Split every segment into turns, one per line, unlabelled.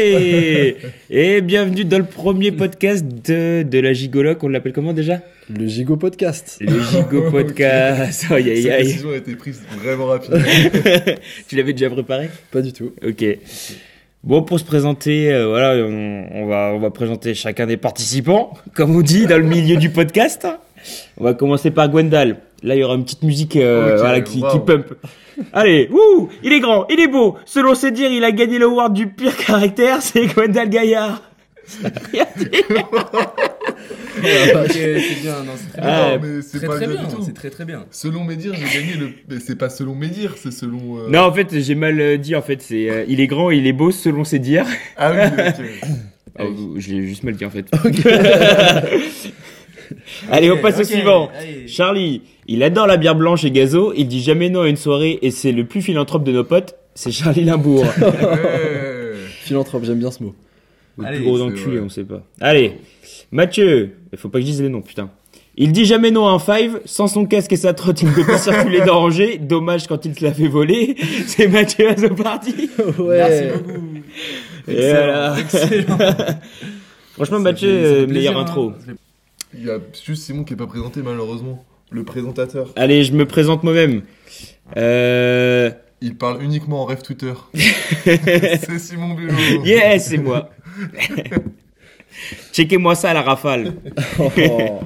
Et, et bienvenue dans le premier podcast de, de la gigoloc. On l'appelle comment déjà
Le Gigo Podcast.
Le gigo podcast. Aïe, aïe,
Cette
aïe.
décision a été prise vraiment rapidement.
tu l'avais déjà préparé
Pas du tout.
Ok. Bon, pour se présenter, euh, voilà, on, on va, on va présenter chacun des participants, comme on dit dans le milieu du podcast. On va commencer par Gwendal. Là, il y aura une petite musique euh,
Ok,
voilà, qui, qui
waouh.
pump. Allez, wouh Il est grand, il est beau. Selon ses dires, il a gagné l'award du pire caractère. C'est Gwendal Gaillard.
Ok, c'est bien, non, c'est très bien.
Ah,
non, mais c'est
Très
pas
très
le cas
bien,
du
c'est
tout.
très très bien.
Selon mes dires, j'ai gagné le. Mais c'est pas selon mes dires, c'est selon. euh,
Non, en fait, j'ai mal euh, dit. En fait, c'est euh, il est grand, il est beau selon ses dires.
Ah oui, ok.
Ah, vous- je l'ai juste mal dit en fait. Allez, on passe
Ok,
au suivant.
allez.
Charlie, il adore la bière blanche et gazo, il dit jamais non à une soirée et c'est le plus philanthrope de nos potes, c'est Charlie Limbourg.
Ouais.
Philanthrope, j'aime bien ce mot.
le
Allez,
plus gros
c'est
enculé,
vrai.
on sait pas. Allez, Mathieu, il faut pas que je dise les noms, putain. Il dit jamais non à un five, sans son casque et sa trotte, il ne peut pas circuler dans Angers. Dommage quand il se l'a fait voler. C'est Mathieu Azopardi.
Ouais.
Merci beaucoup.
Et
Excellent,
voilà.
excellent.
Franchement,
Ça
Mathieu,
fait- ça fait
euh,
plaisir,
meilleure
hein.
intro.
Ça fait-
Il y a juste Simon qui est pas présenté, malheureusement. Le présentateur.
Allez, je me présente moi-même. Euh...
Il parle uniquement en rêve Twitter. c'est Simon Bulot.
Yes, c'est moi. Checkez-moi ça à la rafale.
Oh,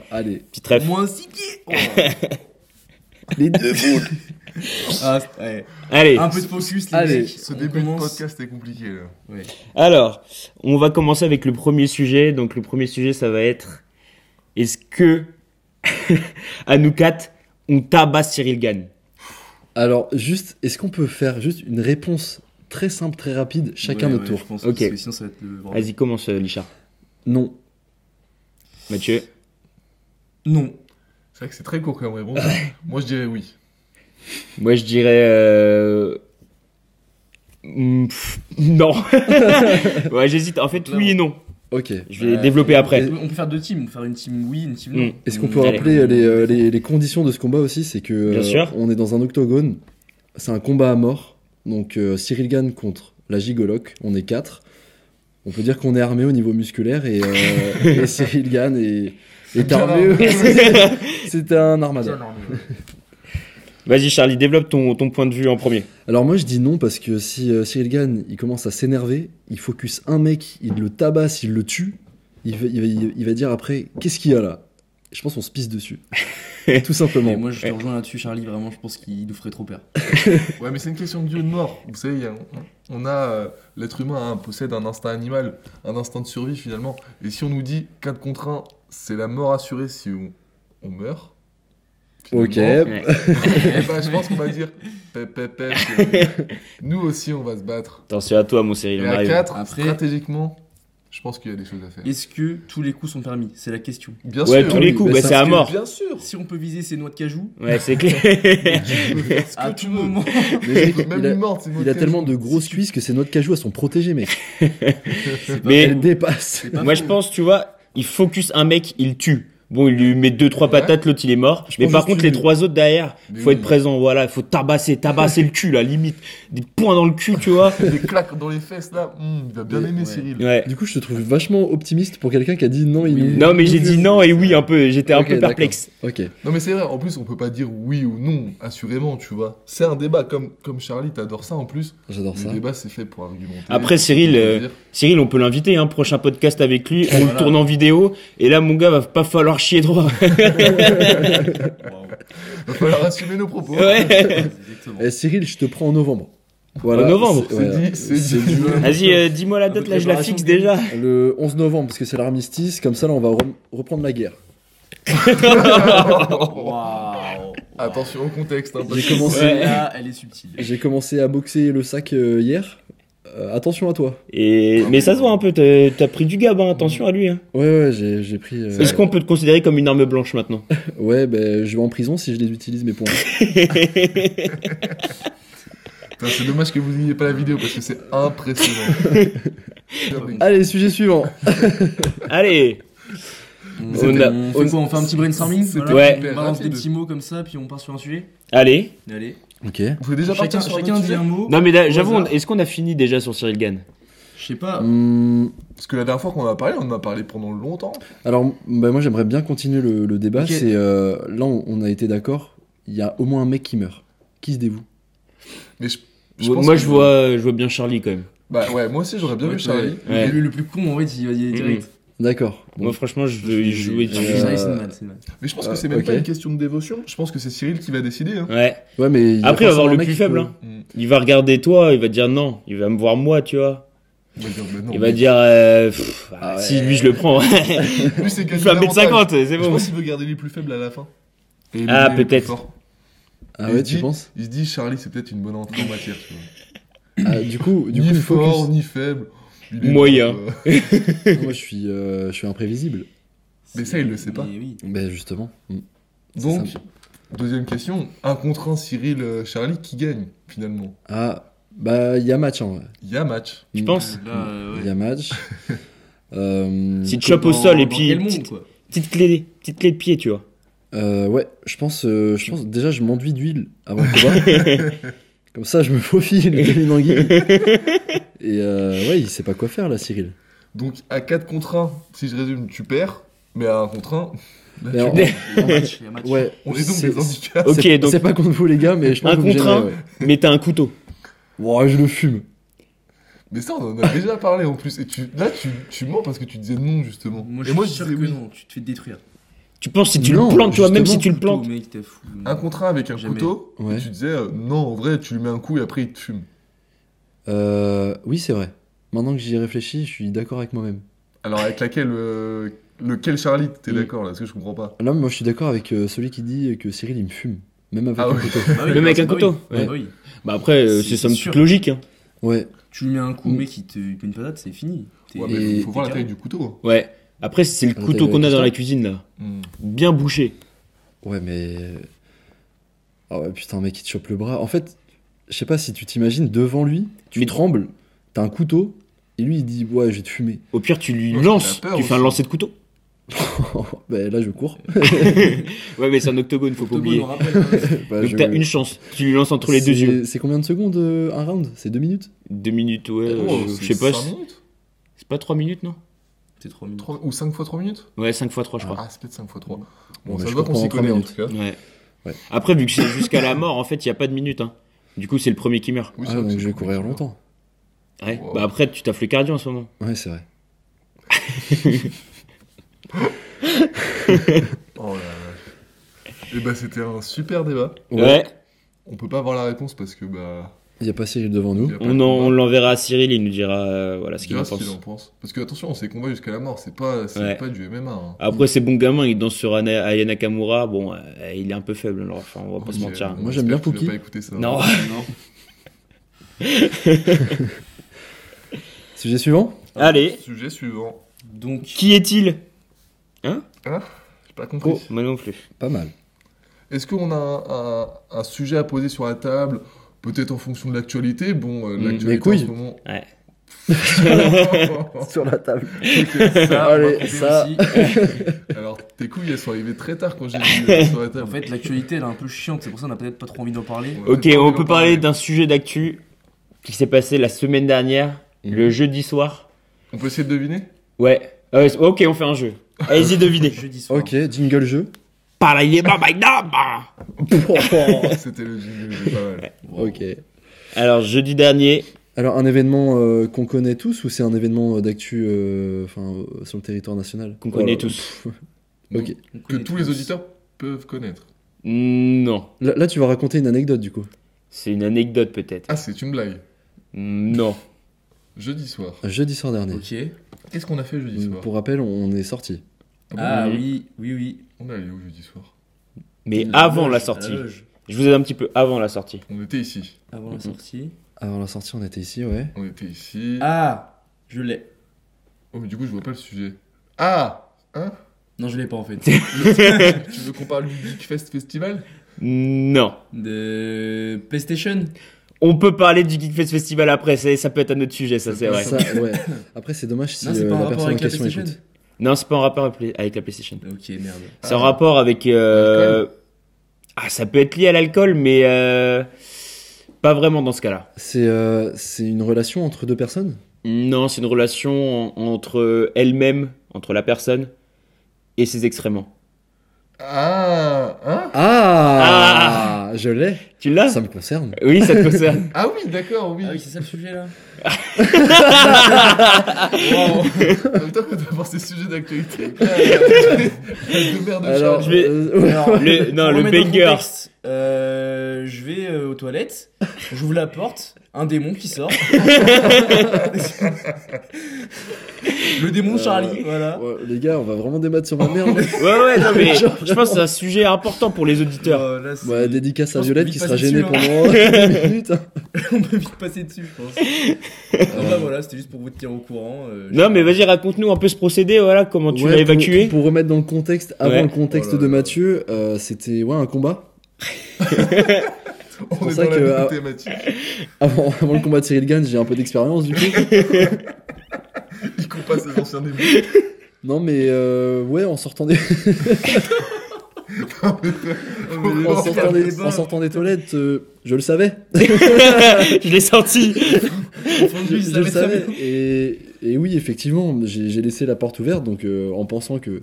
allez.
Petite ref.
Moins six pieds. Oh.
Les deux boules.
Ah, c'est- ouais.
Allez,
Un peu de focus, les
Allez,
mecs.
Ce
On
début
commence.
de podcast est compliqué. Là.
Ouais.
alors, on va commencer avec le premier sujet. Donc, le premier sujet, ça va être est-ce que, à nous quatre, on tabasse Cyril Gann
Alors, juste, est-ce qu'on peut faire juste une réponse très simple, très rapide, chacun
Ouais,
notre
ouais,
tour
je pense,
Ok.
parce que sinon, ça va être le bordel.
Vas-y, commence, euh, Lichard.
Non.
Mathieu
Non.
C'est vrai que c'est très court comme réponse. Moi, je dirais oui.
Moi, je dirais. euh, mm, pff, Non. ouais, j'hésite. En fait, oui et non.
Ok.
Je vais
Ouais.
développer après.
Euh, On peut faire deux teams. On peut faire une team oui, une team non.
Mm.
Est-ce qu'on
Mm.
peut
Allez.
rappeler euh, les, euh, les- les conditions de ce combat aussi C'est que euh,
Bien sûr.
on est dans un octogone. C'est un combat à mort. Donc euh, Cyril Gann contre la Gigoloc. On est quatre. On peut dire qu'on est armé au niveau musculaire et, euh, et Cyril Gann est, est armé. C'était un armada.
Vas-y, Charlie, développe ton, ton point de vue en premier.
Alors moi je dis non parce que si euh, Cyril Gann il commence à s'énerver, il focus un mec, il le tabasse, il le tue, il va, il va- il va- il va dire après qu'est-ce qu'il y a là Je pense qu'on se pisse dessus. Tout
Et
simplement.
moi, je te rejoins là-dessus, Charlie. Vraiment, je pense qu'il nous ferait trop peur.
Ouais, mais c'est une question de Dieu et de mort. Vous savez, il y a- on a euh, l'être humain hein, possède un instinct animal, un instinct de survie finalement. Et si on nous dit 4 contre 1, c'est la mort assurée si on, on meurt.
Ok.
finalement,
Ouais.
eh ben, je pense qu'on va dire pep, pep, pep, c'est- Nous aussi, on va se battre.
Attention à toi, mon Cyril.
Et
on
à
arrive.
4,
Après-
stratégiquement, je pense qu'il y a des choses à faire.
Est-ce que tous les coups sont permis C'est la question.
Bien
ouais,
sûr.
tous les
oui,
coups,
mais
bah,
ça,
c'est à
parce que
mort.
Bien sûr.
Si on peut viser ces noix de cajou,
Ouais, c'est clair.
Tu peux faire ce que
à
tu
Ah, tout
veux.
moment.
Le mec,
Même
il a-
une morte, c'est une
Il a
autre
tellement de
question.
grosses cuisses que ses noix de cajou elles sont protégées, mec.
Mais
Elles dépassent.
C'est pas
moi,
faux.
je pense, tu vois, il focus un mec, il le tue. Bon, il lui met deux trois patates, l'autre il est mort. mais
pense
par
juste
contre,
que-
les trois autres derrière,
Mais
faut
oui.
être présent. Voilà, il faut tabasser, tabasser le cul, là, limite. Des points dans le cul, tu vois.
Des claques dans les fesses là. Hum, il va bien
Mais-
aimer
ouais.
Cyril.
Ouais.
Du coup, je te trouve vachement optimiste pour quelqu'un qui a dit non, il
Oui.
nous-
Non, mais j'ai dit non et oui un peu. J'étais un
Ok,
peu perplexe.
Ok.
Non mais c'est vrai, en plus on peut pas dire oui ou non, assurément, tu vois. C'est un débat, comme, comme Charlie, t'adores ça en plus.
J'adore ça.
Le débat c'est fait pour argumenter.
Après, Cyril,
Pour
euh,
dire-
Cyril, on peut l'inviter, hein, prochain podcast avec lui. On le
Voilà.
tourne en vidéo. Et là, mon gars, va pas falloir chier droit.
Va falloir assumer nos propos.
ouais.
Exactement.
Eh, Cyril, je te prends en novembre. Voilà.
En novembre
C'est
voilà.
dit, c'est dit.
Vas-y, euh, dis-moi la
Un peu
date,
de
là, je la
préparation
fixe
de
déjà.
Le 11 novembre, parce que c'est l'armistice, comme ça, là, on va re- reprendre la guerre.
Waouh.
Attention au contexte. Hein, parce
J'ai
que-
commencé,
Celle-là, elle est subtile.
j'ai commencé à boxer le sac euh, hier. Euh, attention à toi.
Et... Mais ça se voit un peu, t'as t'as pris du gab, hein, attention à lui. Hein.
Ouais, ouais, j'ai j'ai pris. euh,
Est-ce qu'on peut te considérer comme une arme blanche maintenant
Ouais, ben, je vais en prison si je les utilise, mes points.
Putain, C'est dommage que vous n'ayez pas la vidéo parce que c'est impressionnant.
Allez, sujet suivant.
Allez
On,
On a-
on
on-
fait quoi On fait un petit brainstorming
C'était
voilà,
ouais.
On balance des
rapide.
petits mots comme ça, puis on part sur un sujet
Allez
Allez.
Ok.
Vous pouvez déjà
Chacun,
partir sur
chacun
un autre
dit
sujet
un mot.
Non mais là,
Au
j'avoue, on-
hasard.
est-ce qu'on a fini déjà sur Cyril Gann
Je sais pas.
Hum,
Parce que la dernière fois qu'on en a parlé, on en a parlé pendant longtemps.
alors, m- bah, moi j'aimerais bien continuer le, le débat.
Ok.
C'est euh, là, on, on a été d'accord. Il y a au moins un mec qui meurt. Qui se dévoue
Mais je, pense
Moi,
que-
je vois, je vois bien Charlie quand même.
Bah ouais, moi aussi j'aurais bien
Ouais,
vu Charlie.
le-
Ouais.
Le, le plus con, en fait, il va y aller direct.
D'accord. Bon.
Moi, franchement, je veux y jouer.
Je-
Euh,
Charlie, c'est mal, c'est mal.
Mais je pense
Euh,
que c'est
Ah,
même
ok.
pas une question de dévotion. Je pense que c'est Cyril qui va décider. hein.
Ouais.
Ouais, mais il y a
Après, il va voir
forcément un
le
mec
plus
qui
faible.
peut-
hein.
Mm.
Il va regarder toi, il va dire non. Il va me voir moi, tu vois.
Il va dire, bah non,
Il va dire, euh, pff,
Ah
si
ouais.
lui, je le prends. il
Lui, c'est
fait 1m50, c'est
Je
bon.
pense qu'il veut garder les plus faibles à la fin.
Ah,
Et éliminer les plus
peut-être.
forts.
hein.
Ah
Il
ouais,
se
tu
dit-
penses
Il se dit, Charlie, c'est peut-être une bonne entrée en matière. Tu vois.
Ah, Du coup, du
ni
coup,
fort,
focus.
ni faible. Il est-
Moyen.
euh,
Moi, je suis, euh, je suis imprévisible.
Mais ça, il le sait pas.
Mais oui.
Ben justement. Mm.
Donc,
C'est ça.
deuxième question. Un contre un, Cyril, euh, Charlie, qui gagne finalement
Ah, bah, il y a match en vrai.
Il y a match.
Tu penses
Là, euh,
Il
ouais.
y a match. Euh,
Si tu chopes au
Dans-
sol et
dans
puis
quel monde,
petite,
quoi
petite clé, petite clé de pied, tu vois.
euh, ouais, je pense, euh, je pense déjà je m'enduis d'huile avant le combat. Comme ça, je me faufile comme une anguille. Et euh, ouais, il sait pas quoi faire là, Cyril.
Donc, à 4 contre 1, si je résume, tu perds. Mais à 1 contre 1,
Mais en-
Il y a match, il y a match.
ouais,
on est donc
c'est-
des handicaps.
Ok,
c'est-
donc-
c'est pas contre vous les gars, mais je pense
Un
que vous me
contre
gênez,
un.
ouais.
Mais t'as un couteau.
Ouah, je le fume.
Mais ça, on en a déjà parlé en plus. Et tu, là, tu, tu mens parce que tu disais non, justement.
Moi,
Et
je
moi,
suis sûr que
disais oui.
non, tu te fais détruire.
Tu penses si tu
Non,
le plantes, tu vois, même si
justement,
tu le plantes.
Couteau, mec, t'as fou.
Un contre un avec un
Jamais.
couteau,
Ouais.
tu disais euh, non, en vrai, tu lui mets un coup et après il te fume.
Euh, oui, c'est vrai. Maintenant que j'y réfléchis, je suis d'accord avec moi-même.
Alors, avec laquelle. euh, lequel Charlie T'es
Mm.
d'accord là Parce que je comprends pas.
Là, moi, je suis d'accord avec euh, celui qui dit que Cyril, il me fume. Même avec
Ah
un
ouais.
couteau.
Bah oui,
Le mec
bah
à
oui,
couteau,
bah
ouais.
oui.
Bah après, euh,
C'est-
c'est
c'est
somme
sûr.
toute logique. hein.
Ouais.
Tu lui mets un coup,
Mm.
mec, il te il te met une patate, c'est fini. T'es-
Ouais,
Et-
mais faut, faut voir la
et-
taille du couteau. hein.
Ouais. Après, c'est le
Ah,
couteau
t'as-
qu'on a dans
t'as-
la cuisine là,
Mm.
bien bouché.
Ouais, mais. Ah ouais, putain, mec, il te chope le bras. En fait, je sais pas si tu t'imagines devant lui, tu
Mais-
trembles, t'as un couteau, et lui, il dit Ouais, je vais te fumer.
Au pire, tu lui
Ouais, il
lances,
a peur
tu fais un
aussi.
lancer de couteau.
bah là, je cours.
Ouais, mais c'est un octogone, faut pas
Octogone,
oublier.
on rappelle, hein.
Bah,
Donc
je-
t'as une chance. Tu lui lances entre les deux
C'est-
yeux.
C'est combien de secondes euh, un round C'est deux minutes
Deux minutes, ouais. euh,
Oh,
je-
c'est
je sais pas.
cinq
c'est-
minutes
C'est pas trois minutes, non
C'est trop mignon.
Trois- Ou 5 fois 3 minutes
Ouais, cinq fois trois, je crois.
Ah, c'est peut-être 5 fois 3. Bon,
Bon, bah,
ça
je
se voit qu'on
comprends en
s'y
trois
connaît en
minutes.
tout cas.
Ouais.
Ouais.
Après, vu que c'est jusqu'à la mort, en fait, il y a pas de minute. Hein. Du coup, c'est le premier qui meurt.
Oui,
Ah,
c'est vrai
donc
que
je vais
c'est-
courir longtemps.
Ouais.
Wow.
Bah après, tu taffes le cardio en ce moment.
Ouais, c'est vrai.
Oh là là. Et bah, c'était un super débat.
Ouais.
On peut pas avoir la réponse parce que bah.
Il y a pas Cyril devant
il
nous.
y a pas
On,
de
en-
combat.
on l'enverra à Cyril, il nous dira euh, voilà ce
On
qu'il
dira
en
ce qu'il
pense.
en pense. Parce que attention, c'est combat jusqu'à la mort, c'est pas, c'est
Ouais.
pas du MMA. hein.
Après, c'est bon gamin, il danse sur Ana- Aya Nakamura. Bon, euh, il est un peu faible, alors enfin, on va pas
Ok,
se mentir. hein.
euh, on
Moi, j'aime bien
espère
Pookie.
qu'il a pas écouté ça.
Non.
Non.
Sujet suivant
Allez,
Sujet suivant.
Donc,
qui est-il
J'ai pas compris.
Oh.
Moi non plus.
Pas mal.
Est-ce qu'on a un, un- un sujet à poser sur la table Peut-être en fonction de l'actualité. Bon, euh,
Mm,
mes
l'actualité en
couilles.
ce moment.
Ouais.
Sur la table.
Ok, ça,
on va
Allez,
couper
ça-
aussi.
Alors, tes couilles, elles sont arrivées très tard quand j'ai vu euh, sur la table.
En fait, l'actualité, elle est un peu chiante, c'est pour ça qu'on a peut-être pas trop envie d'en parler.
Ouais.
Ok,
Peut-être
on
qu'on
peut
en
parler d'un sujet d'actu qui s'est passé la semaine dernière,
Mhm.
le jeudi soir.
On peut essayer de deviner
Ouais. Euh, ok, on fait un jeu. Allez-y, devinez.
Jeudi soir.
Ok, jingle jeu.
Parla il est bas, bah, non, bah.
C'était le jingle, c'est pas mal.
ok.
Alors, jeudi dernier,
Alors, un événement euh, qu'on connaît tous ou c'est un événement euh, d'actu euh, enfin, euh, sur le territoire national
qu'on connaît
Voilà.
tous.
Donc,
Ok.
On
Que
connaît
tous les auditeurs peuvent connaître.
Non.
Là, là, tu vas raconter une anecdote du coup.
C'est une anecdote peut-être.
Ah, c'est une blague.
Non.
Jeudi soir.
Jeudi soir dernier.
Ok.
Qu'est-ce qu'on a fait jeudi soir
Pour rappel, on est sorti.
Ah bon
Ah
oui.
oui, oui, oui.
On est allé où jeudi soir
Mais
La
avant
loge,
la sortie.
loge.
Je vous aide un petit peu avant la sortie.
On était ici.
Avant la sortie.
Avant la sortie, on était ici, ouais.
On était ici.
Ah Je l'ai.
Oh, mais du coup, je vois pas le sujet. Ah Hein
Non, je l'ai pas en fait.
Tu veux qu'on parle du Geekfest Festival
Non.
De PlayStation
On peut parler du Geekfest Festival après, ça, ça peut être un autre sujet, ça c'est vrai.
Ça, ouais. Après, c'est dommage si
Non, c'est
euh,
pas en
la
rapport
personne en
avec la
question
PlayStation
écoute.
Non, c'est pas en rapport avec la- avec la PlayStation.
Ok, merde.
C'est en rapport avec. euh, Ah, ça peut être lié à l'alcool, mais euh, pas vraiment dans ce cas-là.
C'est euh, c'est une relation entre deux personnes
Non, c'est une relation en- entre elle-même, entre la personne et ses excréments.
Ah, hein
Ah, Je l'ai.
Tu l'as
Ça me concerne.
Oui, ça te concerne.
Ah oui, d'accord, oui.
Ah oui, c'est ça le sujet là
En même temps, quand tu vas voir ces sujets d'actualité, euh, de merde de
Alors,
charge.
je vais-
euh, ouais.
Alors,
Le- non,
pour
le
remettre dans
banger.
contexte, euh, je vais euh, aux toilettes, j'ouvre la porte, un démon qui sort. le démon Charlie, voilà.
Ouais, les gars, on va vraiment débattre sur ma hein. merde.
ouais, ouais, non, mais je pense que c'est un sujet important pour les auditeurs.
Euh, là, c'est-
Bah, dédicace
Je
à
pense
Violette
qu'on
qui
vit
sera
pas
gênée
dessus,
pendant hein. 10 minutes.
On peut vite passer dessus, je pense. Donc là, voilà, c'était juste pour vous tenir au courant. euh,
Non, mais vas-y, raconte-nous un peu ce procédé, voilà, comment tu
Ouais,
l'as
pour-
évacué.
pour, remettre dans le contexte, avant
Ouais.
le contexte
Oh là
de
là.
Mathieu, euh, c'était ouais, un combat.
On
pour
est
ça
dans la
que-
même
ah,
thématique.
Avant, avant le combat de Cyril Gann, j'ai un peu d'expérience du coup.
Il coupe pas ses anciens démons.
Non, mais euh, ouais, en sortant des, en
Oh,
sortant des, en sortant des toilettes, euh, je le savais.
je l'ai senti.
je, je
il savait
le
très
savais. Et, et oui, effectivement, j'ai j'ai laissé la porte ouverte, donc euh, en pensant que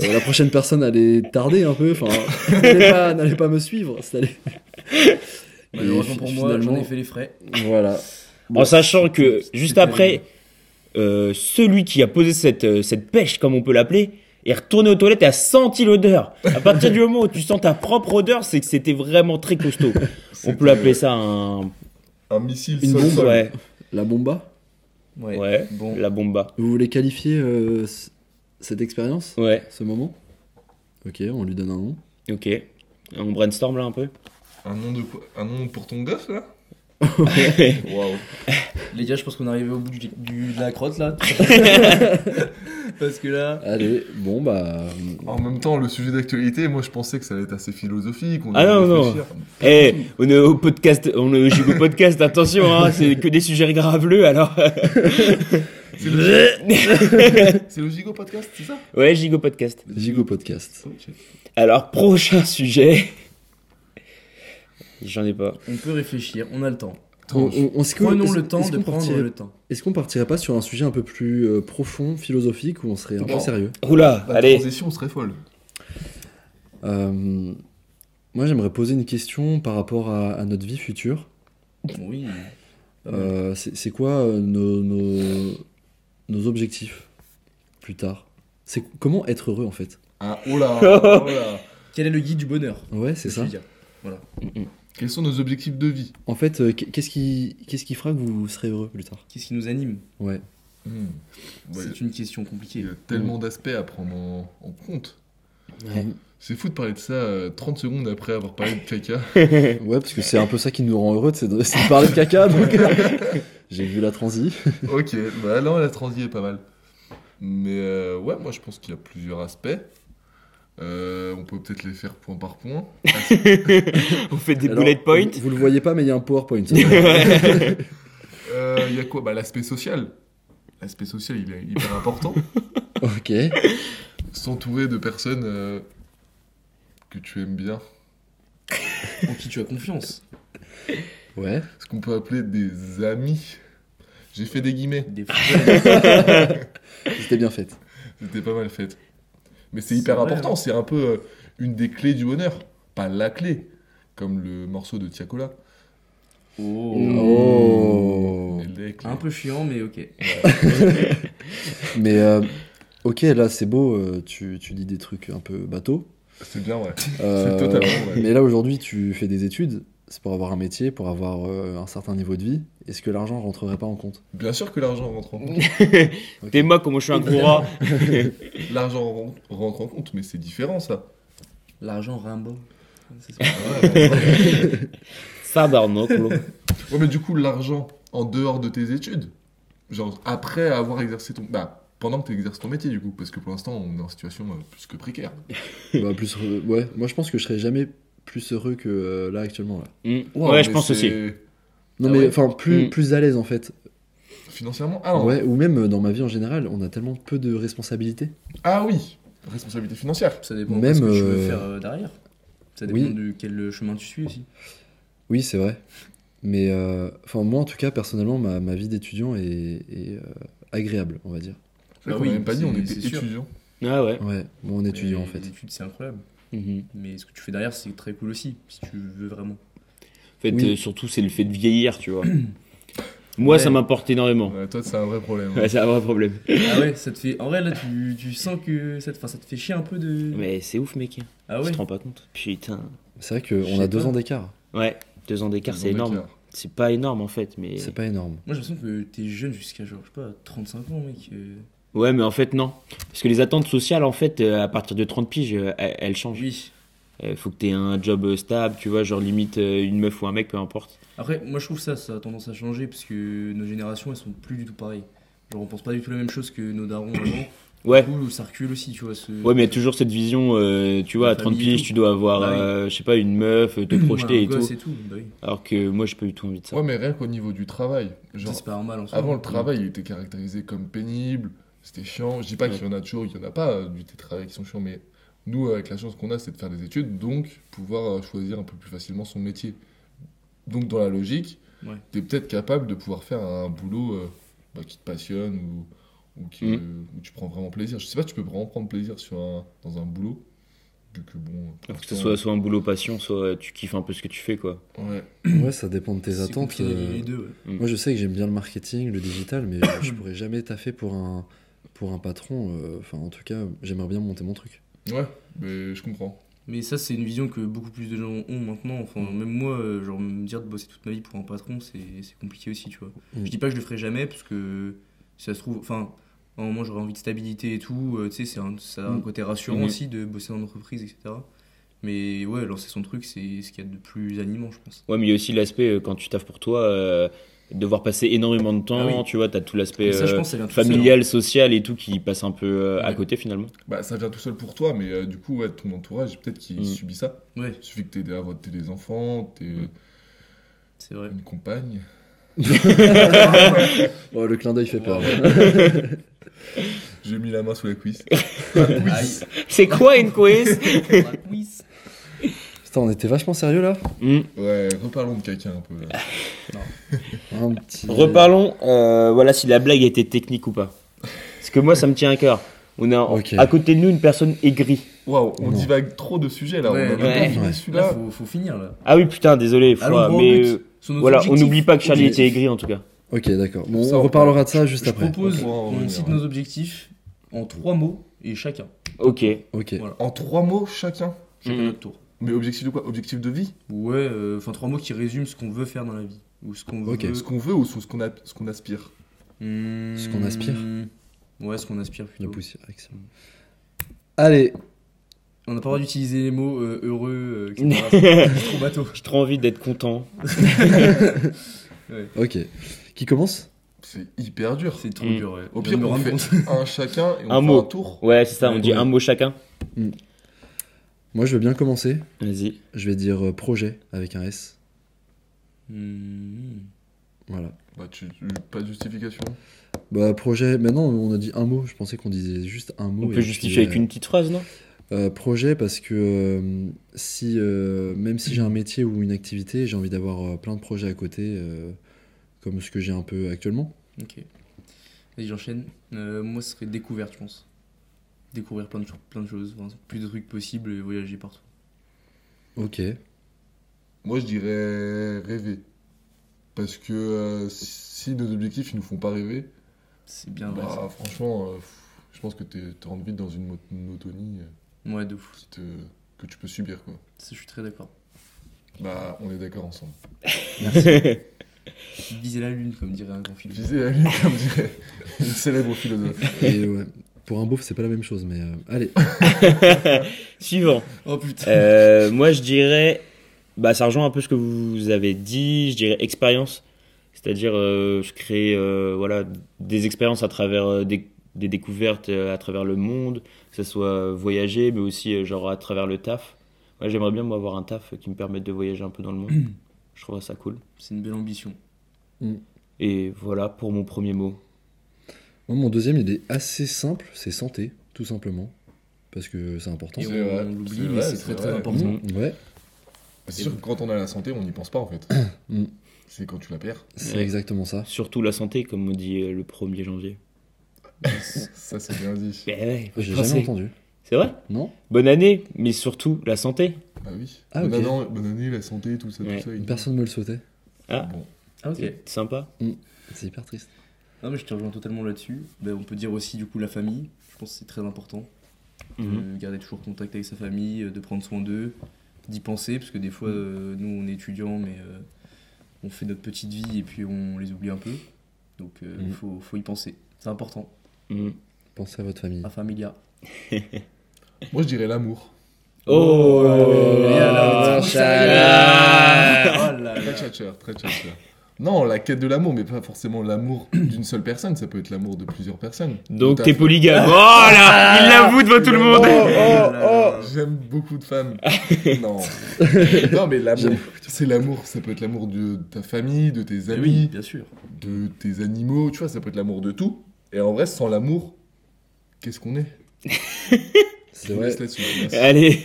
euh, la prochaine personne allait tarder un peu, enfin, n'allait pas, n'allait pas me suivre. ça allait- Et
Malheureusement
fi-
pour moi, j'en ai
finalement,
fait les frais.
Voilà.
En sachant que juste après, euh, celui qui a posé cette, euh, cette pêche, comme on peut l'appeler, est retourné aux toilettes et a senti l'odeur. À partir du moment où tu sens ta propre odeur, c'est que c'était vraiment très costaud. On peut l'appeler ça un.
Un missile
Une
sol
bombe,
sol.
Ouais,
La bomba.
Ouais.
ouais,
Bon.
la bomba.
Vous voulez qualifier euh, c- cette expérience
Ouais,
Ce moment Ok, on lui donne un nom.
ok. On brainstorm là un peu.
Un nom de quoi Un nom pour ton gosse là Waouh.
Les gars, je pense qu'on est arrivé au bout du, du- de la crotte là. Parce que là.
Allez, bon bah.
En même temps, le sujet d'actualité, moi je pensais que ça allait être assez philosophique. On
Ah
allait
non, non.
réfléchir.
Eh, on est au podcast, on est au Gigo Podcast, attention, hein, c'est que des sujets graveleux alors.
C'est le, c'est le Gigo Podcast, c'est ça
ouais, Gigo Podcast.
Gigo Podcast.
Ok.
Alors, prochain sujet. J'en ai pas.
On peut réfléchir, on a le temps.
On,
Attends,
on- on- est-ce que-
Prenons
est-ce-
le temps
est-ce
de
qu'on
prendre
partirait-
le temps.
Est-ce qu'on partirait pas sur un sujet un peu plus euh, profond, philosophique, où on serait un peu
Non.
sérieux
Oula,
La
allez.
transition serait folle.
Euh, Moi, j'aimerais poser une question par rapport à, à notre vie future.
Oui.
Euh, c'est c'est quoi euh, nos, nos, nos objectifs plus tard C'est comment être heureux en fait
Ah, oh là, oh là.
Quel est le guide du bonheur
Ouais, c'est ça.
Je veux dire.
Quels sont nos objectifs de vie
En fait, euh, qu- qu'est-ce qui, qu'est-ce qui fera que vous serez heureux plus tard
Qu'est-ce qui nous anime
Ouais.
Hmm. Ouais,
C'est une question compliquée.
Il y a tellement d'aspects à prendre en, en compte.
Ouais.
C'est fou de parler de ça euh, 30 secondes après avoir parlé de caca.
Ouais, parce que c'est un peu ça qui nous rend heureux, c'est de, c'est de parler de caca. Donc... euh, J'ai vu la transi.
ok, bah non, la transi est pas mal. Mais euh, ouais, moi je pense qu'il y a plusieurs aspects. Euh, on peut peut-être les faire point par point.
On fait des
Alors,
bullet points.
Vous, vous le voyez pas, mais il y a un PowerPoint.
Euh, Il y a quoi bah, L'aspect social. L'aspect social, il est hyper important.
ok.
S'entourer de personnes euh, que tu aimes bien.
En qui tu as confiance
Ouais.
Ce qu'on peut appeler des amis. J'ai fait des guillemets.
Des fois,
C'était bien fait.
C'était pas mal fait. Mais c'est
C'est
hyper
vrai,
important, c'est un peu euh, une des clés du bonheur. Pas la clé, comme le morceau de Tiakola.
Oh.
Mais les clés.
Un peu chiant, mais ok.
Mais euh, ok, là c'est beau, euh, tu, tu dis des trucs un peu bateau.
C'est bien, ouais.
Euh,
C'est totalement vrai.
Mais là aujourd'hui tu fais des études, c'est pour avoir un métier, pour avoir euh, un certain niveau de vie. Est-ce que l'argent rentrerait pas en compte
Bien sûr que l'argent rentre en compte.
T'es moque, moi je suis un gros rat.
L'argent ren- rentre en compte, mais c'est différent, ça.
L'argent Rimbaud. C'est ça.
ouais,
Ça, barnacle.
mais du coup, l'argent en dehors de tes études, genre après avoir exercé ton... Bah, pendant que tu exerces ton métier, du coup, parce que pour l'instant, on est en situation euh, plus que précaire.
Bah, plus heureux- ouais. Moi je pense que je serais jamais plus heureux que euh, là actuellement. Là.
Mm.
Wow,
ouais, je
mais
pense
c'est-
aussi.
Non
Ah
mais
ouais.
enfin plus
Mm.
plus à l'aise en fait.
Financièrement, ah, non.
Ouais. Ou même euh, dans ma vie en général, on a tellement peu de responsabilités.
ah oui, responsabilité financière.
Ça dépend
Même,
de ce que tu veux
euh,
faire euh, derrière. Ça
oui. Bah,
dépend de quel chemin tu suis aussi.
Oui c'est vrai. Mais euh, enfin, moi, en tout cas, personnellement, ma, ma vie d'étudiant est, est, euh, agréable, on va dire.
C'est vrai
Ah
qu'on
oui,
n'a même pas dit,
c'est-
on était
c'est sûr.
étudiants.
Ah ouais.
Ouais, bon, en étudiant, en fait.
Les études, c'est incroyable.
Mhm.
Mais ce que tu fais derrière, c'est très cool aussi, si tu veux vraiment.
En fait,
Oui.
euh, surtout, c'est le fait de vieillir, tu vois. Moi, ça
Ouais.
m'importe énormément.
Ouais, toi, c'est un vrai problème. hein.
Ouais, c'est un vrai problème.
Ah ouais, ça te fait. En vrai, là, tu, tu sens que ça te, enfin, ça te fait chier un peu de.
Mais c'est ouf, mec.
Ah
Tu
ouais.
te rends pas compte. Putain.
C'est vrai
Je
qu'on
sais
a deux
pas.
ans d'écart.
Ouais, deux ans d'écart, c'est
Dans le
énorme.
cœur.
C'est pas énorme, en fait, mais.
C'est pas énorme.
Moi, j'ai l'impression que t'es jeune jusqu'à genre, je sais pas, 35 ans, mec. euh.
Ouais, mais en fait, non. Parce que les attentes sociales, en fait, euh, à partir de 30 piges, euh, elles elles changent.
Oui.
Euh, faut que t'aies un job euh, stable, tu vois, genre limite euh, une meuf ou un mec, peu importe.
Après, moi, je trouve ça, ça a tendance à changer parce que nos générations, elles sont plus du tout pareilles. Genre, on pense pas du tout la même chose que nos darons avant.
Ouais.
Du coup, ça recule aussi, tu vois. Ce...
Ouais, mais il y a toujours cette vision, euh, tu vois,
La
à 30
famille et
piges,
tout.
tu dois avoir,
Bah oui.
euh, je sais pas, une meuf, euh, te projeter
Ouais,
et
un gosse
tout.
et tout. Bah oui.
Alors que moi, j'ai pas du tout envie de ça.
Ouais, mais rien qu'au niveau du travail. Genre,
Ça, c'est pas normal en soi.
Avant, le travail, il était caractérisé comme pénible, c'était chiant. Je dis pas qu'il y en a toujours, il y en a pas euh, du télétravail qui sont chiants, mais nous, euh, avec la chance qu'on a, c'est de faire des études, donc pouvoir euh, choisir un peu plus facilement son métier. Donc, dans la logique,
Ouais.
tu es peut-être capable de pouvoir faire un boulot euh, bah, qui te passionne ou, ou qui,
Mhm.
euh, où tu prends vraiment plaisir. Je sais pas, tu peux vraiment prendre plaisir sur un- dans un boulot. vu que bon,
Faut que ce
pourtant,
soit soit un boulot passion, soit euh, tu kiffes un peu ce que tu fais, quoi.
ouais.
Ouais, ça dépend de
C'est
tes attentes.
compliqué
euh,
d'allier Les deux, ouais.
Moi, je sais que j'aime bien le marketing, le digital, mais je pourrais jamais taffer pour un, pour un patron. euh, Enfin, en tout cas, j'aimerais bien monter mon truc.
Ouais, mais je comprends.
Mais ça, c'est une vision que beaucoup plus de gens ont maintenant. Enfin,
Mm.
même moi, euh, genre, me dire de bosser toute ma vie pour un patron, c'est c'est compliqué aussi, tu vois.
Mm.
Je dis pas que je le ferai jamais, parce que si ça se trouve. Enfin, à un moment, j'aurais envie de stabilité et tout. euh, tu sais, c'est un- ça a un
Mm.
côté rassurant
Mhm.
aussi de bosser en entreprise, etc. Mais ouais, lancer son truc, c'est ce qu'il y a de plus animant, je pense.
Ouais, mais il y a aussi l'aspect, euh, quand tu taffes pour toi, euh, devoir passer énormément de temps,
Ah oui.
tu vois, t'as tout l'aspect
Mais ça, je
euh,
pense, que ça vient tout seul, hein.
familial, social et tout qui passe un peu euh, à
Ouais.
côté, finalement.
Bah, ça vient tout seul pour toi, mais euh, du coup, ouais, ton entourage, peut-être qu'il
Mm.
subit ça.
Ouais,
Il suffit que t'aies des, avoir- t'aies des enfants, t'aies euh,
c'est vrai.
une compagne.
Oh, le clin d'œil fait peur.
J'ai mis la main sous la cuisse.
Aïe.
C'est quoi une quiz
La quiz.
Putain, on était vachement sérieux là.
Hmm.
Ouais, reparlons de quelqu'un un peu. là.
Un petit...
Reparlons, euh, voilà, si la blague était technique ou pas. Parce que moi, ça me tient à cœur. On a
Ok.
à côté de nous une personne aigrie.
Waouh,
Non.
on divague trop de sujets là.
Ouais,
on a même
ouais.
pas fini
Ouais.
Là,
celui-là.
faut, faut finir, là.
Ah oui, putain, désolé, faut-
Allons droit au
mais
but.
euh,
Sur nos
voilà, on
objectifs.
n'oublie pas que Charlie
Objectif.
était aigri en tout cas.
Ok, d'accord. Bon,
Ça,
on
on
reparlera de ça juste
Je
après.
propose
On pourra en
qu'on
revenir,
cite
ouais.
nos objectifs en trois mots et chacun.
Ok.
Ok.
Voilà.
En trois mots chacun.
Chacun
Mhm.
notre tour.
Mais objectif de quoi Objectif de vie
Ouais, euh, enfin trois mots qui résument ce qu'on veut faire dans la vie. Ou ce qu'on
Ok.
veut.
Ce qu'on veut ou ce qu'on a- ce qu'on aspire
Hmm,
Ce qu'on aspire.
Ouais, ce qu'on aspire
La
plutôt.
poussière, excellent. Allez,
On n'a pas le droit d'utiliser les mots euh, heureux, euh, etc. C'est trop bateau.
J'ai trop envie d'être content.
ok. Qui commence
C'est hyper dur.
C'est trop
Mm.
dur, ouais.
Au
Je
pire,
viens de me
on
rendre
fait
compte.
un chacun et on
Un
fait
mot.
un tour.
Ouais, c'est ça, on dit
Ouais.
un mot chacun.
Moi, je veux bien commencer.
Vas-y.
Je vais dire euh, projet avec un S.
Hmm.
Voilà.
Bah, tu, tu- pas de justification.
Bah, projet. Maintenant, on a dit un mot. Je pensais qu'on disait juste un
On
mot. et
bah,
peut
puis,
justifier avec
euh,
une petite phrase, non
Euh, projet parce que euh, si euh, même si j'ai un métier ou une activité, j'ai envie d'avoir euh, plein de projets à côté, euh, comme ce que j'ai un peu actuellement.
Ok. Vas-y, j'enchaîne. Euh, moi, ce serait découverte, je pense. Découvrir plein de, cho- plein de choses, enfin, plus de trucs possibles et voyager partout.
Ok.
Moi, je dirais rêver. Parce que euh, si nos objectifs ils nous font pas rêver,
Ah, C'est bien vrai.
bah, franchement, euh, pff, je pense que t'es- tu rentres vite dans une mo- monotonie euh,
ça. Ouais, de fou.
qui te- que tu peux subir. Quoi.
Ça, je suis très d'accord.
Bah, on est d'accord ensemble.
Viser la lune, comme dirait un grand philosophe.
Viser la lune, comme dirait une célèbre philosophe.
Et ouais, pour un beauf, c'est pas la même chose, mais euh, allez.
Suivant.
Oh putain.
Euh, moi, je dirais. Bah, ça rejoint un peu ce que vous avez dit. Je dirais expérience. C'est-à-dire, euh, je crée euh, voilà, des expériences à travers euh, des, des découvertes euh, à travers le monde, que ce soit euh, voyager, mais aussi euh, genre à travers le taf. Ouais, J'aimerais bien, moi, avoir un taf qui me permette de voyager un peu dans le monde. je trouverais ça cool.
C'est une belle ambition.
Et voilà pour mon premier mot.
Moi, mon deuxième, il est assez simple, c'est santé, tout simplement, parce que c'est important. Mmh,
Et
C'est
on,
vrai,
on l'oublie,
c'est
mais
vrai,
c'est
c'est
très très
vrai.
important.
Mhm.
Ouais.
C'est sûr que quand on a la santé, on n'y pense pas en fait. C'est quand tu la perds.
C'est
Ouais.
exactement ça.
Surtout la santé, comme on dit euh, le 1er janvier.
ça, c'est bien dit.
Mais ouais,
J'ai
putain,
jamais
c'est-
entendu.
C'est vrai
Non
Bonne année, mais surtout la santé.
Bah oui.
Ah,
bonne,
ok.
année, bonne année, la santé, tout ça,
Ouais.
tout ça.
Une personne me le souhaitait.
Ah.
Bon.
Ah, ok.
C'est sympa.
C'est hyper triste.
Non, mais je te rejoins totalement là-dessus. Ben, on peut dire aussi, du coup, la famille. Je pense que c'est très important.
Mhm.
de garder toujours contact avec sa famille, euh, de prendre soin d'eux, d'y penser, parce que des fois, euh, nous, on est étudiants, mais euh, on fait notre petite vie et puis on les oublie un peu. Donc, il
Mhm.
faut, faut y penser. C'est important.
Mhm.
Pensez à votre famille.
La familia.
Moi, je dirais l'amour.
Oh,
Oh,
là là.
oh, chaleur.
Oh là
Très
là.
tchatcheur, très tchatcheur. Non, la quête de l'amour, mais pas forcément l'amour d'une seule personne, ça peut être l'amour de plusieurs personnes.
Donc
T'as-
t'es polygame. Oh là Il l'avoue devant tout le
Oh,
monde
oh, oh J'aime beaucoup de femmes. non. Non, mais l'amour, c'est l'amour, ça peut être l'amour de ta famille, de tes
Eh
amis,
Oui, bien sûr.
de tes animaux, tu vois, ça peut être l'amour de tout. Et en vrai, sans l'amour, qu'est-ce qu'on est
C'est
Je vous
vrai.
laisse là-dessus. Merci.
Allez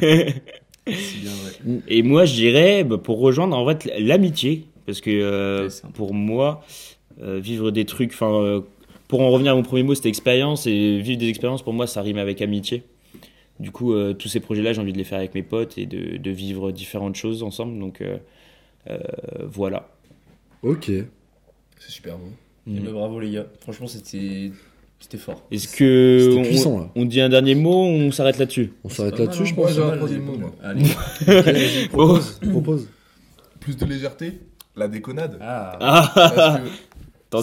C'est bien vrai.
Et moi, je dirais, bah, pour rejoindre en fait l'amitié, parce que euh,
Ouais, c'est important.
pour moi, euh, vivre des trucs, enfin, euh, pour en revenir à mon premier mot, c'était expérience, et vivre des expériences, pour moi, ça rime avec amitié. Du coup, euh, tous ces projets-là, j'ai envie de les faire avec mes potes et de, de vivre différentes choses ensemble, donc euh, euh, voilà.
Ok.
Euh,
C'est super beau.
Eh
Mm.
ben, bravo, les gars. Franchement, c'était c'était fort.
Est-ce que
C'était
on,
puissant, là.
on dit un dernier mot ou on s'arrête là-dessus
On s'arrête
C'est pas
là-dessus, je
mal, hein.
pense.
Moi, j'ai un
Pas mal,
troisième mot,
les-
moi.
Allez.
Propose. Propose.
Plus de légèreté, la déconnade.
Ah.
Ah,
Parce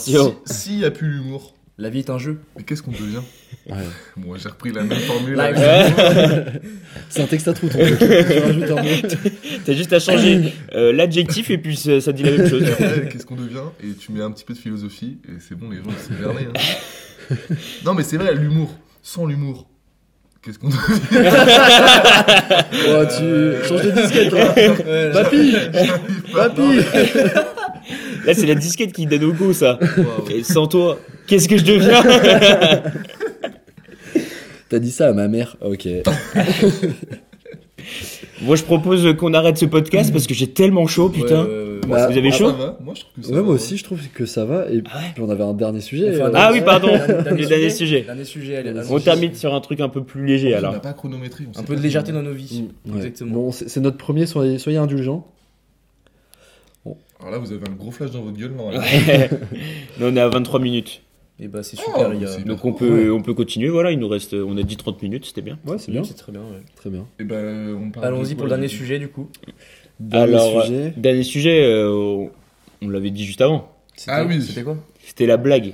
que
Attention
si- s'il n'y a plus l'humour,
La vie est un jeu.
mais qu'est-ce qu'on devient
hein.
Ouais.
Moi, j'ai repris la même formule.
Live.
avec-
C'est un texte à trous, ton truc. Tu rajoutes un mot.
T'as juste à changer euh, l'adjectif et puis ça ça dit la même chose.
Et après, qu'est-ce qu'on devient Et tu mets un petit peu de philosophie, et c'est bon, les gens, c'est berné. hein. Non, mais c'est vrai, l'humour. Sans l'humour, qu'est-ce qu'on devient
Oh, tu changes de disquette, toi. Papy Papy
Là, c'est la disquette qui donne au goût, ça.
Waouh.
Et sans toi, qu'est-ce que je deviens
T'as dit ça à ma mère Ok.
Moi, je propose qu'on arrête ce podcast parce que j'ai tellement chaud, putain.
Ouais, ouais, ouais, ouais.
Bah,
Vous avez
Ah,
chaud
ça va Moi, je trouve que ça
Ouais,
va,
moi aussi, je trouve que ça va. Et
Ah ouais
puis, on avait un dernier sujet.
Enfin,
euh,
Ah oui, pardon.
Dernier
Le dernier sujet.
Dernier sujet, allez,
On
On
allons-y.
termine sur un truc un peu plus léger,
On
alors.
n'a pas chronométré. on
Un
sait
peu
pas
de légèreté
comment-
dans nos vies.
Mm, Ouais.
Exactement.
Bon, c'est c'est notre premier, soyez, soyez indulgents.
Alors là, vous avez un gros flash dans votre gueule, normalement.
Nous, on est à 23 minutes.
Et bah, c'est
Oh,
super, les gars.
c'est-
Donc, on peut, on peut continuer. Voilà, il nous reste. On a dit 30 minutes, c'était bien.
Ouais, c'est bien.
C'est très bien, ouais.
Très bien.
Et ben, euh, on parle de
Allons-y
quoi,
pour le dernier
du coup
sujet du coup.
Dernier
Alors,
sujet.
Dernier sujet, euh, on- on l'avait dit juste avant.
Ah oui.
C'était quoi
C'était la blague.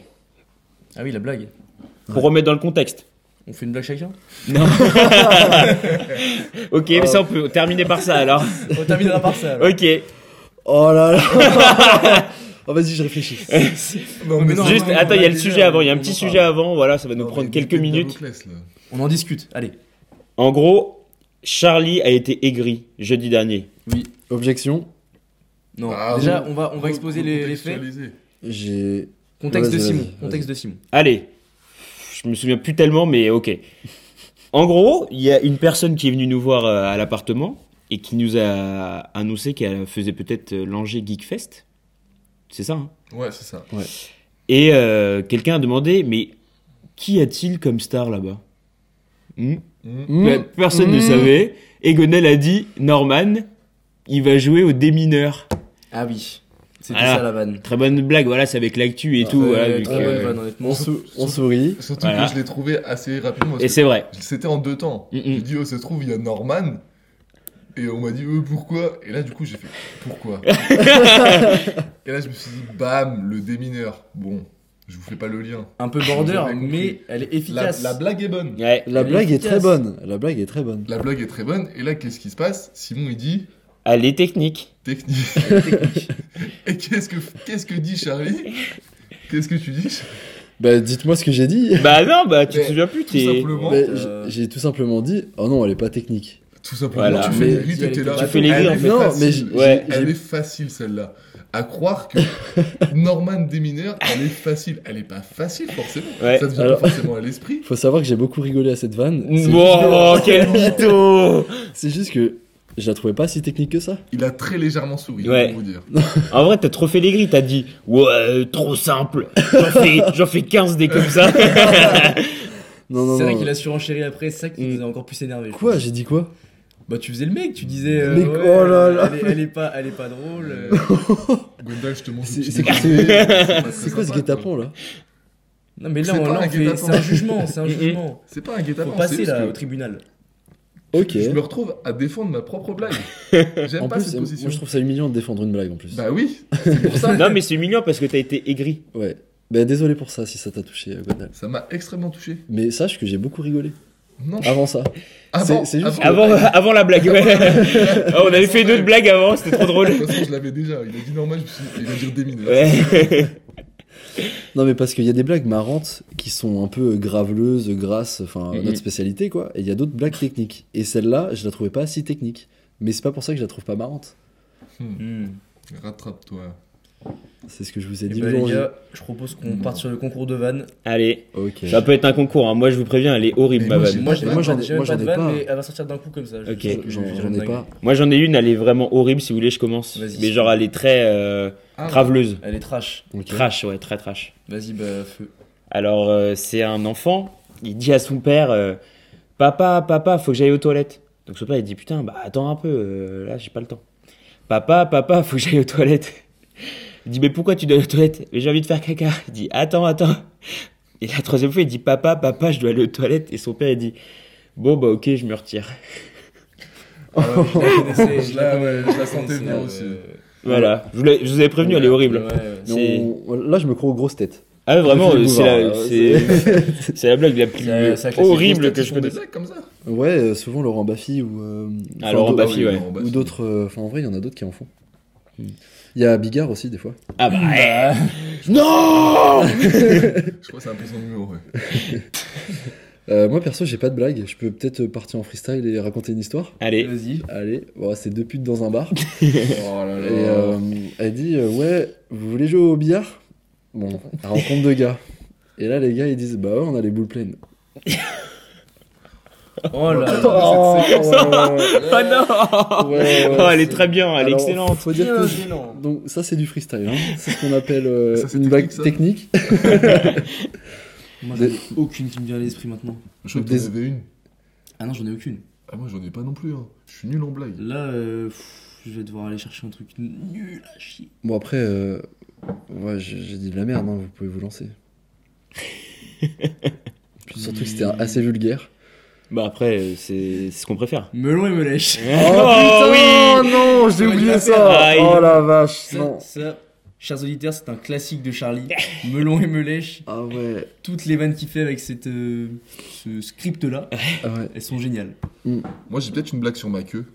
Ah oui, la blague.
Pour remettre dans le contexte.
On fait une blague chacun
Non. ok, mais ça, on peut terminer par ça, alors.
On terminera par ça.
Ok.
Oh là là Oh, vas-y, je réfléchis.
Non,
mais non,
Juste,
non,
attends,
on
il y
l'a
a le
déjà,
sujet avant, il y a un
on
petit
en
sujet
parle.
avant, voilà, ça va nous
Non,
prendre
mais
quelques
Damoclès,
minutes.
là.
On en discute. Allez.
En gros, Charlie a été aigri jeudi dernier.
Oui.
Objection.
Non.
Ah,
Déjà,
oui.
on va on va exposer les, les faits.
Recontextualiser.
J'ai.
Contexte de
Vas-y,
Simon.
vas-y, vas-y.
Contexte de Simon.
Allez, je me souviens plus tellement, mais ok. En gros, il y a une personne qui est venue nous voir euh, à l'appartement et qui nous a annoncé qu'elle faisait peut-être euh, l'Angers Geek Fest. C'est ça, hein
Ouais, c'est ça.
Et euh, quelqu'un a demandé, mais qui a-t-il comme star là-bas Hmm
Hmm.
Pe- Personne ne
Mmh.
savait. Et Gonel a dit, Norman, il va jouer au démineur.
Ah oui. C'était
Ah.
ça la vanne.
Très bonne blague, voilà, c'est avec l'actu et tout.
Ah, Ouais,
voilà, donc, euh,
très bonne vanne honnêtement.
On, sou- on sourit.
Surtout
Voilà.
que je l'ai trouvé assez rapidement. parce
Et
que
c'est vrai.
C'était en deux temps.
Mm,
Mm-mm.
J'ai dit, oh, ça se trouve, il y a Norman. Et on m'a dit, euh, pourquoi Et là, du coup, j'ai fait, pourquoi Et là, je me suis dit, bam, le démineur. Bon, je vous fais pas le lien.
Un peu border,
J'avais compris.
mais elle est
La,
efficace.
la blague est bonne.
Ouais.
La
Elle est
blague est
efficace.
très bonne. La blague est très bonne.
La blague est très bonne. Et là, qu'est-ce qui se passe Simon, il dit,
Elle est technique.
technique. et qu'est-ce que, qu'est-ce que dit Charlie Qu'est-ce que tu dis Charlie
Bah, dites-moi ce que j'ai dit.
Bah non, bah tu te
Mais
souviens plus,
Tout
t'es.
simplement,
Mais
euh,
j- J'ai tout simplement dit, oh non, elle est pas technique.
tout simplement,
Voilà,
tu fais les
mais-
grilles, t'étais là.
Tu
fais les
Elle
grilles,
est
en
fait.
facile.
Non, mais j-
ouais,
Elle
j'ai-
est facile celle-là. À croire que Norman Desmineurs, elle est facile. Elle est pas facile forcément.
Ouais,
Ça ne vient
alors-
pas forcément à l'esprit.
Faut savoir que j'ai beaucoup rigolé à cette vanne. C'est
Bon,
juste-
quel mytho
C'est juste que Je la trouvais pas si technique que ça.
Il a très légèrement souri,
Ouais.
pour vous dire.
En vrai, t'as trop fait les grilles, t'as dit Ouais, euh, trop simple, j'en fais, j'en fais 15 des comme ça.
Non, non,
c'est vrai
non.
qu'il a surenchéri après, c'est ça qui
Mm.
nous a encore plus énervé.
Quoi J'ai dit quoi
Bah tu faisais le mec, tu disais euh,
Mais-
ouais,
oh là là.
Elle, est, elle est pas elle est pas drôle. euh.
Gwendal, je te montre
C'est
une petite
c'est-
vidéo.
c'est-
pas
c'est
très
quoi ce
sympa,
guet-apens là
Non mais là,
C'est
on,
pas
là,
un
on fait-
guet-apens.
c'est un jugement, c'est un
Mm, mm.
jugement.
C'est pas un guet-apens.
Faut passer
c'est
là au
juste que
tribunal.
Ok.
Je me retrouve à défendre ma propre blague. J'aime
En
pas
plus,
cette
euh,
position.
moi je trouve ça humiliant de défendre une blague en plus.
Bah oui, c'est pour ça.
non, mais c'est mignon parce que t'as été aigri.
Ouais. Bah désolé pour ça si ça t'a touché, euh, Godal.
Ça m'a extrêmement touché.
Mais sache que j'ai beaucoup rigolé
Non,
avant ça.
avant,
c'est juste-
avant,
Avant, avant la blague, ouais. Ah, on avait fait une autre blague avant, c'était trop
De
drôle.
toute façon, je l'avais déjà. Il a dit normal, je me suis dit, il va dire des mineurs.
Ouais.
Non mais parce qu'il y a des blagues marrantes qui sont un peu graveleuses, grasses, enfin
Mhm.
notre spécialité quoi. Et il y a d'autres blagues techniques. Et celle-là, je la trouvais pas si technique. Mais c'est pas pour ça que je la trouve pas marrante.
Mm.
Rattrape-toi.
C'est ce que je vous ai
Eh
dit
ben, les
aujourd'hui.
gars, je propose qu'on parte
Mm.
sur le concours de vannes.
Allez,
Ok.
ça peut être un concours, hein. moi je vous préviens, elle est horrible
Mais
ma
moi,
vanne.
j'ai-
Moi, j'ai
moi, j'en ai-
j'ai même
moi,
pas
j'en
de
ai
vanne,
pas.
mais elle va sortir d'un coup comme ça. je-
Ok.
je- je-
J'en
je-
j'en ai pas.
Moi j'en ai une, elle est vraiment horrible si vous voulez, je commence.
Vas-y.
Mais genre elle est très euh,
Ah,
traveleuse.
Elle est trash.
Ok.
Trash, ouais, très trash.
Vas-y, bah feu.
Alors euh, c'est un enfant, il dit à son père euh, Papa, papa, faut que j'aille aux toilettes. Donc son père il dit Putain, bah attends un peu, euh, là j'ai pas le temps. Papa, papa, faut que j'aille aux toilettes. Il dit Mais pourquoi tu dois aller aux toilettes Mais j'ai envie de faire caca. Il dit Attends, attends. Et la troisième fois il dit Papa, papa, je dois aller aux toilettes. Et son père il dit Bon bah ok, je me retire.
Ah ouais, je la connaissais, je la-
Là,
ouais, je la
Je
sentais
connaissais,
venir
euh,
aussi.
Voilà, je vous, l'ai- je vous avais prévenu, elle est horrible.
ouais, ouais.
Mais
C'est-
on- Là, je me crois aux grosses têtes.
Ah ouais, vraiment,
Philippe
c'est la,
Bouvard,
c'est- c'est la blague la plus
hein, Ça- ça classe
horrible que je
peux
connais.
des blagues comme ça.
Ouais, euh, souvent Laurent Baffy ou. euh,
Ah,
enfin,
Laurent
d'au-
Baffy, ouais.
Laurent
Ou
Baffy.
d'autres. euh, Enfin, en vrai, il y en a d'autres qui en font.
Mm.
Il y a Bigard aussi, des fois.
Ah bah, ouais.
Bah.
Non
Je crois que c'est un peu son numéro. ouais.
Euh, moi, perso, j'ai pas de blague. Je peux peut-être partir en freestyle et raconter une histoire.
Allez,
Vas-y.
Allez, bon, c'est deux putes dans un bar.
Oh là
et
là.
euh, elle dit euh, Ouais, vous voulez jouer au billard Bon, elle rencontre deux gars. Et là, les gars, ils disent Bah ouais, on a les boules pleines.
Oh là là.
Oh,
ouais, ouais,
oh non
ouais, ouais, ouais,
Oh, elle est
c'est-
très bien, elle est
Alors,
excellente.
Faut dire que
Gênant.
Donc ça c'est du freestyle, hein. c'est ce qu'on appelle euh,
Ça, c'est
une
technique,
blague
ça
technique.
Moi,
Des-
j'en ai aucune qui me vient à l'esprit maintenant.
Je crois que
des-
t'en avais une.
Ah non, j'en ai aucune.
Ah, moi, j'en ai pas non plus. hein. Je suis nul en blague.
Là, euh, pff, je vais devoir aller chercher un truc nul à chier.
Bon après, euh, ouais, j'ai j'ai dit de la merde, hein, vous pouvez vous lancer. Puis Surtout que c'était assez vulgaire.
Bah après, c'est c'est ce qu'on préfère.
Melon et me lèche.
Oh, oui
non,
j'ai oublié ça.
Aïe. Oh,
la vache,
Ça, ça, chers auditeurs, c'est un classique de Charlie. Melon et me lèche.
Ah ouais,
Toutes les vannes qu'il fait avec cette, euh, ce script-là,
ah ouais.
elles sont géniales.
Moi, j'ai peut-être une blague sur ma queue.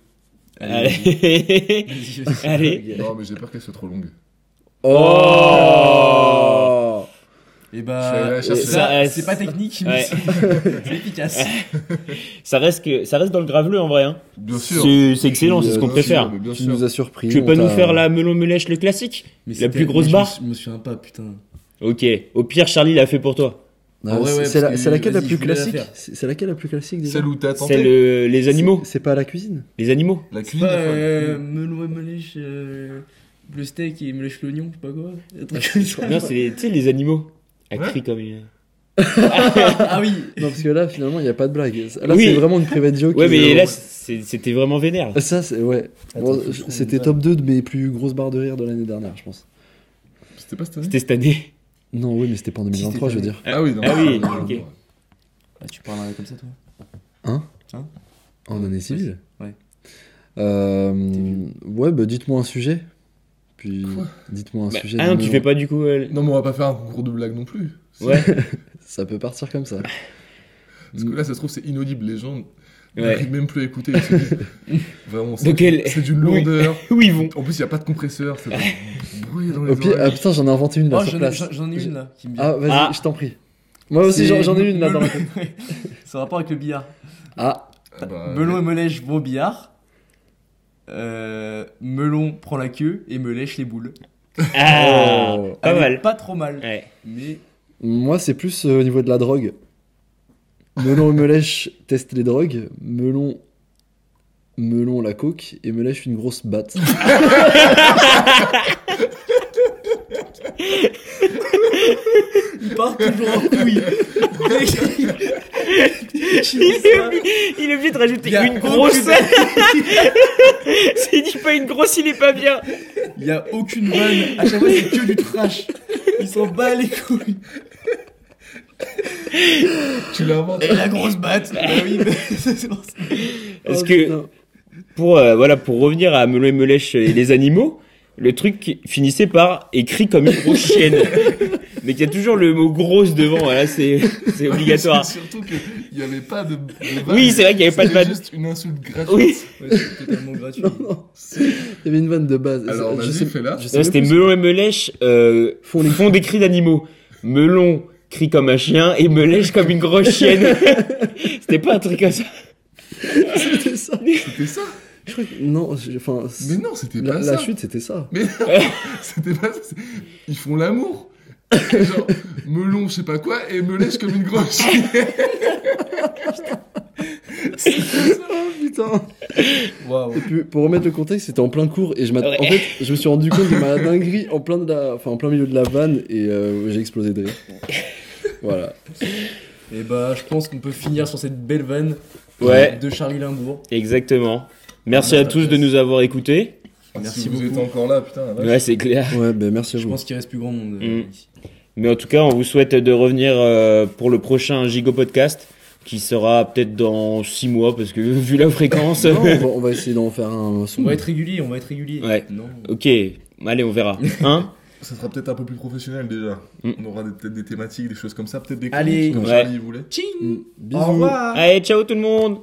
Allez
vas-y. Vas-y, vas-y.
Allez
Non, mais j'ai peur qu'elle soit trop longue.
Oh.
Et
Je vais aller
bah,
la chercher.
ça,
Ça,
c'est
euh,
pas technique, mais
ouais.
c'est c'est efficace.
ça reste, que, ça reste dans le graveleux en vrai. Hein.
Bien sûr.
C'est c'est excellent,
Puis,
c'est ce
euh,
qu'on
bien sûr,
préfère.
mais Bien
Tu
sûr.
nous as surpris.
Tu veux
on
pas nous
t'a-
faire la melon me lèche le classique
Mais
La
c'était-
plus grosse
mais je me
barre
suis- Je me souviens pas, putain.
Ok, au pire Charlie l'a fait pour toi.
Ah,
Ah ouais,
c'est-
ouais,
c'est
parce
la-
que
c'est laquelle la
vas-y,
plus
je voulais la
classique
faire.
C'est c'est laquelle la plus classique déjà
Celle où t'as
C'est
tenté.
le, les animaux,
C'est c'est pas à la cuisine
les animaux.
La
C'est
cuisine.
pas
la
euh, melon et me lèche euh, le steak et me lèche l'oignon, je sais pas quoi. Un
Ah,
truc comme ça.
Non, c'est les- tu sais, les animaux. Elle
Ouais.
crie comme une.
Ah oui
Non, parce que là, finalement, il n'y a pas de blague. Là,
Oui.
c'est vraiment une private joke.
Ouais, mais
euh,
là, c'est- c'était vraiment vénère.
Ça, c'est ouais.
Attends,
Bon,
faut que je trouve
C'était
une
top 2 de mes plus grosses barres de rire de l'année dernière, je pense.
cuisine. C'était pas cette année
C'était cette année.
Non, oui, mais c'était pas en 2023, je veux dire.
Ah oui, non.
Ah oui,
non,
ok.
non, non.
Ah, tu parles comme ça, toi
En année civile
Ouais. T'es
Euh,
vieux.
ouais, bah dites-moi un sujet. Puis
Quoi
dites-moi un
Bah,
sujet.
ah non,
de
tu
melon.
fais pas du coup. euh,
Non, mais on va pas faire un concours de blagues non plus. C'est-
Ouais.
Ça peut partir comme ça.
Parce que là, ça se trouve, c'est inaudible. Les gens
ouais.
n'arrivent même plus à écouter. Ils se disent, Vraiment, c'est
Donc elle-
c'est d'une
Oui.
lourdeur.
Où ils vont
En plus, il n'y a pas de compresseur. C'est bruit dans les
Au pire, ah,
oreilles.
putain, j'en ai inventé une là
Oh,
sur
j'en ai,
place.
j'en- j'en ai une là qui me vient.
Ah, vas-y,
Ah.
je t'en prie. Moi aussi, j'en j'en ai une là dans la tête.
C'est en rapport avec le billard.
Ah,
euh,
Ah bah,
melon et me lèche vos billards. Euh, melon prend la queue et me lèche les boules.
Ah
Oh.
Pas
Elle est
mal.
Pas trop mal.
Ouais.
Mais
Moi, c'est plus euh, au niveau de la drogue. Melon et Melèche testent les drogues. Melon me long la coque et me lèche une grosse batte.
Il part toujours en couille. Dès qu'il-
Il est, il est obligé de
Il
rajouter
y a
une grosse.
aucune-
S'il dit pas une grosse, il est pas bien.
Il y a aucune vanne. À chaque fois, c'est que du trash. Il s'en bat les couilles.
Tu l'inventes.
Et la grosse batte. Bah oui, mais c'est pour ça.
Parce
Oh,
que
putain.
pour euh, voilà pour revenir à Melon et Melèche et les animaux, le truc finissait par écrit comme une grosse chienne. Mais qu'il y a toujours le mot grosse devant. Voilà, c'est c'est obligatoire.
C'est Surtout qu'il n'y avait pas de. de
Oui, c'est vrai qu'il y avait pas de
C'était
vanne.
juste une insulte gratuite.
Oui,
Ouais, c'est totalement gratuit.
Non, non. Il y avait une vanne de base.
Alors,
je
vas-y,
sais,
fais-la.
je sais
Non,
même
c'était
plus.
Melon et Melèche euh, font, des cris d'animaux. Melon crie comme un chien et Melèche comme une grosse chienne. c'était pas un truc comme ça.
C'était ça.
C'était ça.
Je crois que- Non, je- enfin.
Mais non, c'était
La,
pas
la
ça.
chute, c'était ça.
Mais non, c'était pas ça. c'est- Ils font l'amour. Genre, melon, je sais pas quoi, et me lèche comme une grosse. Oh,
Ah, putain.
Waouh.
Et puis, pour remettre le contexte, c'était en plein cours et je m'att-
Ouais.
en fait, je me suis rendu compte de ma dinguerie en plein de la, enfin en plein milieu de la vanne et euh, j'ai explosé de rire. Voilà.
Et bah, je pense qu'on peut finir sur cette belle vanne euh,
Ouais.
de Charlie Limbourg.
Exactement. Merci à tous
Masterclass.
de nous avoir écoutés.
Merci
Ah, si vous
beaucoup.
êtes encore là, putain. la vache.
Ouais, c'est clair.
Ouais, ben merci à
Je
vous.
pense qu'il reste plus grand monde. euh,
Mm.
ici.
Mais en tout cas, on vous souhaite de revenir euh, pour le prochain Gigo Podcast qui sera peut-être dans 6 mois parce que vu la fréquence.
Non, on, va, on va essayer d'en faire un.
On
son.
va être régulier, on va être régulier.
Ouais.
Non.
ok, allez, on verra. Hein
Ça sera peut-être un peu plus professionnel déjà.
Mm.
On aura des- peut-être des thématiques, des choses comme ça, peut-être des
Hmm. Allez.
chroniques, comme
Ouais.
Mm.
Charlie voulait.
Tching
Mm. Bisous.
Au revoir
Allez, ciao tout le monde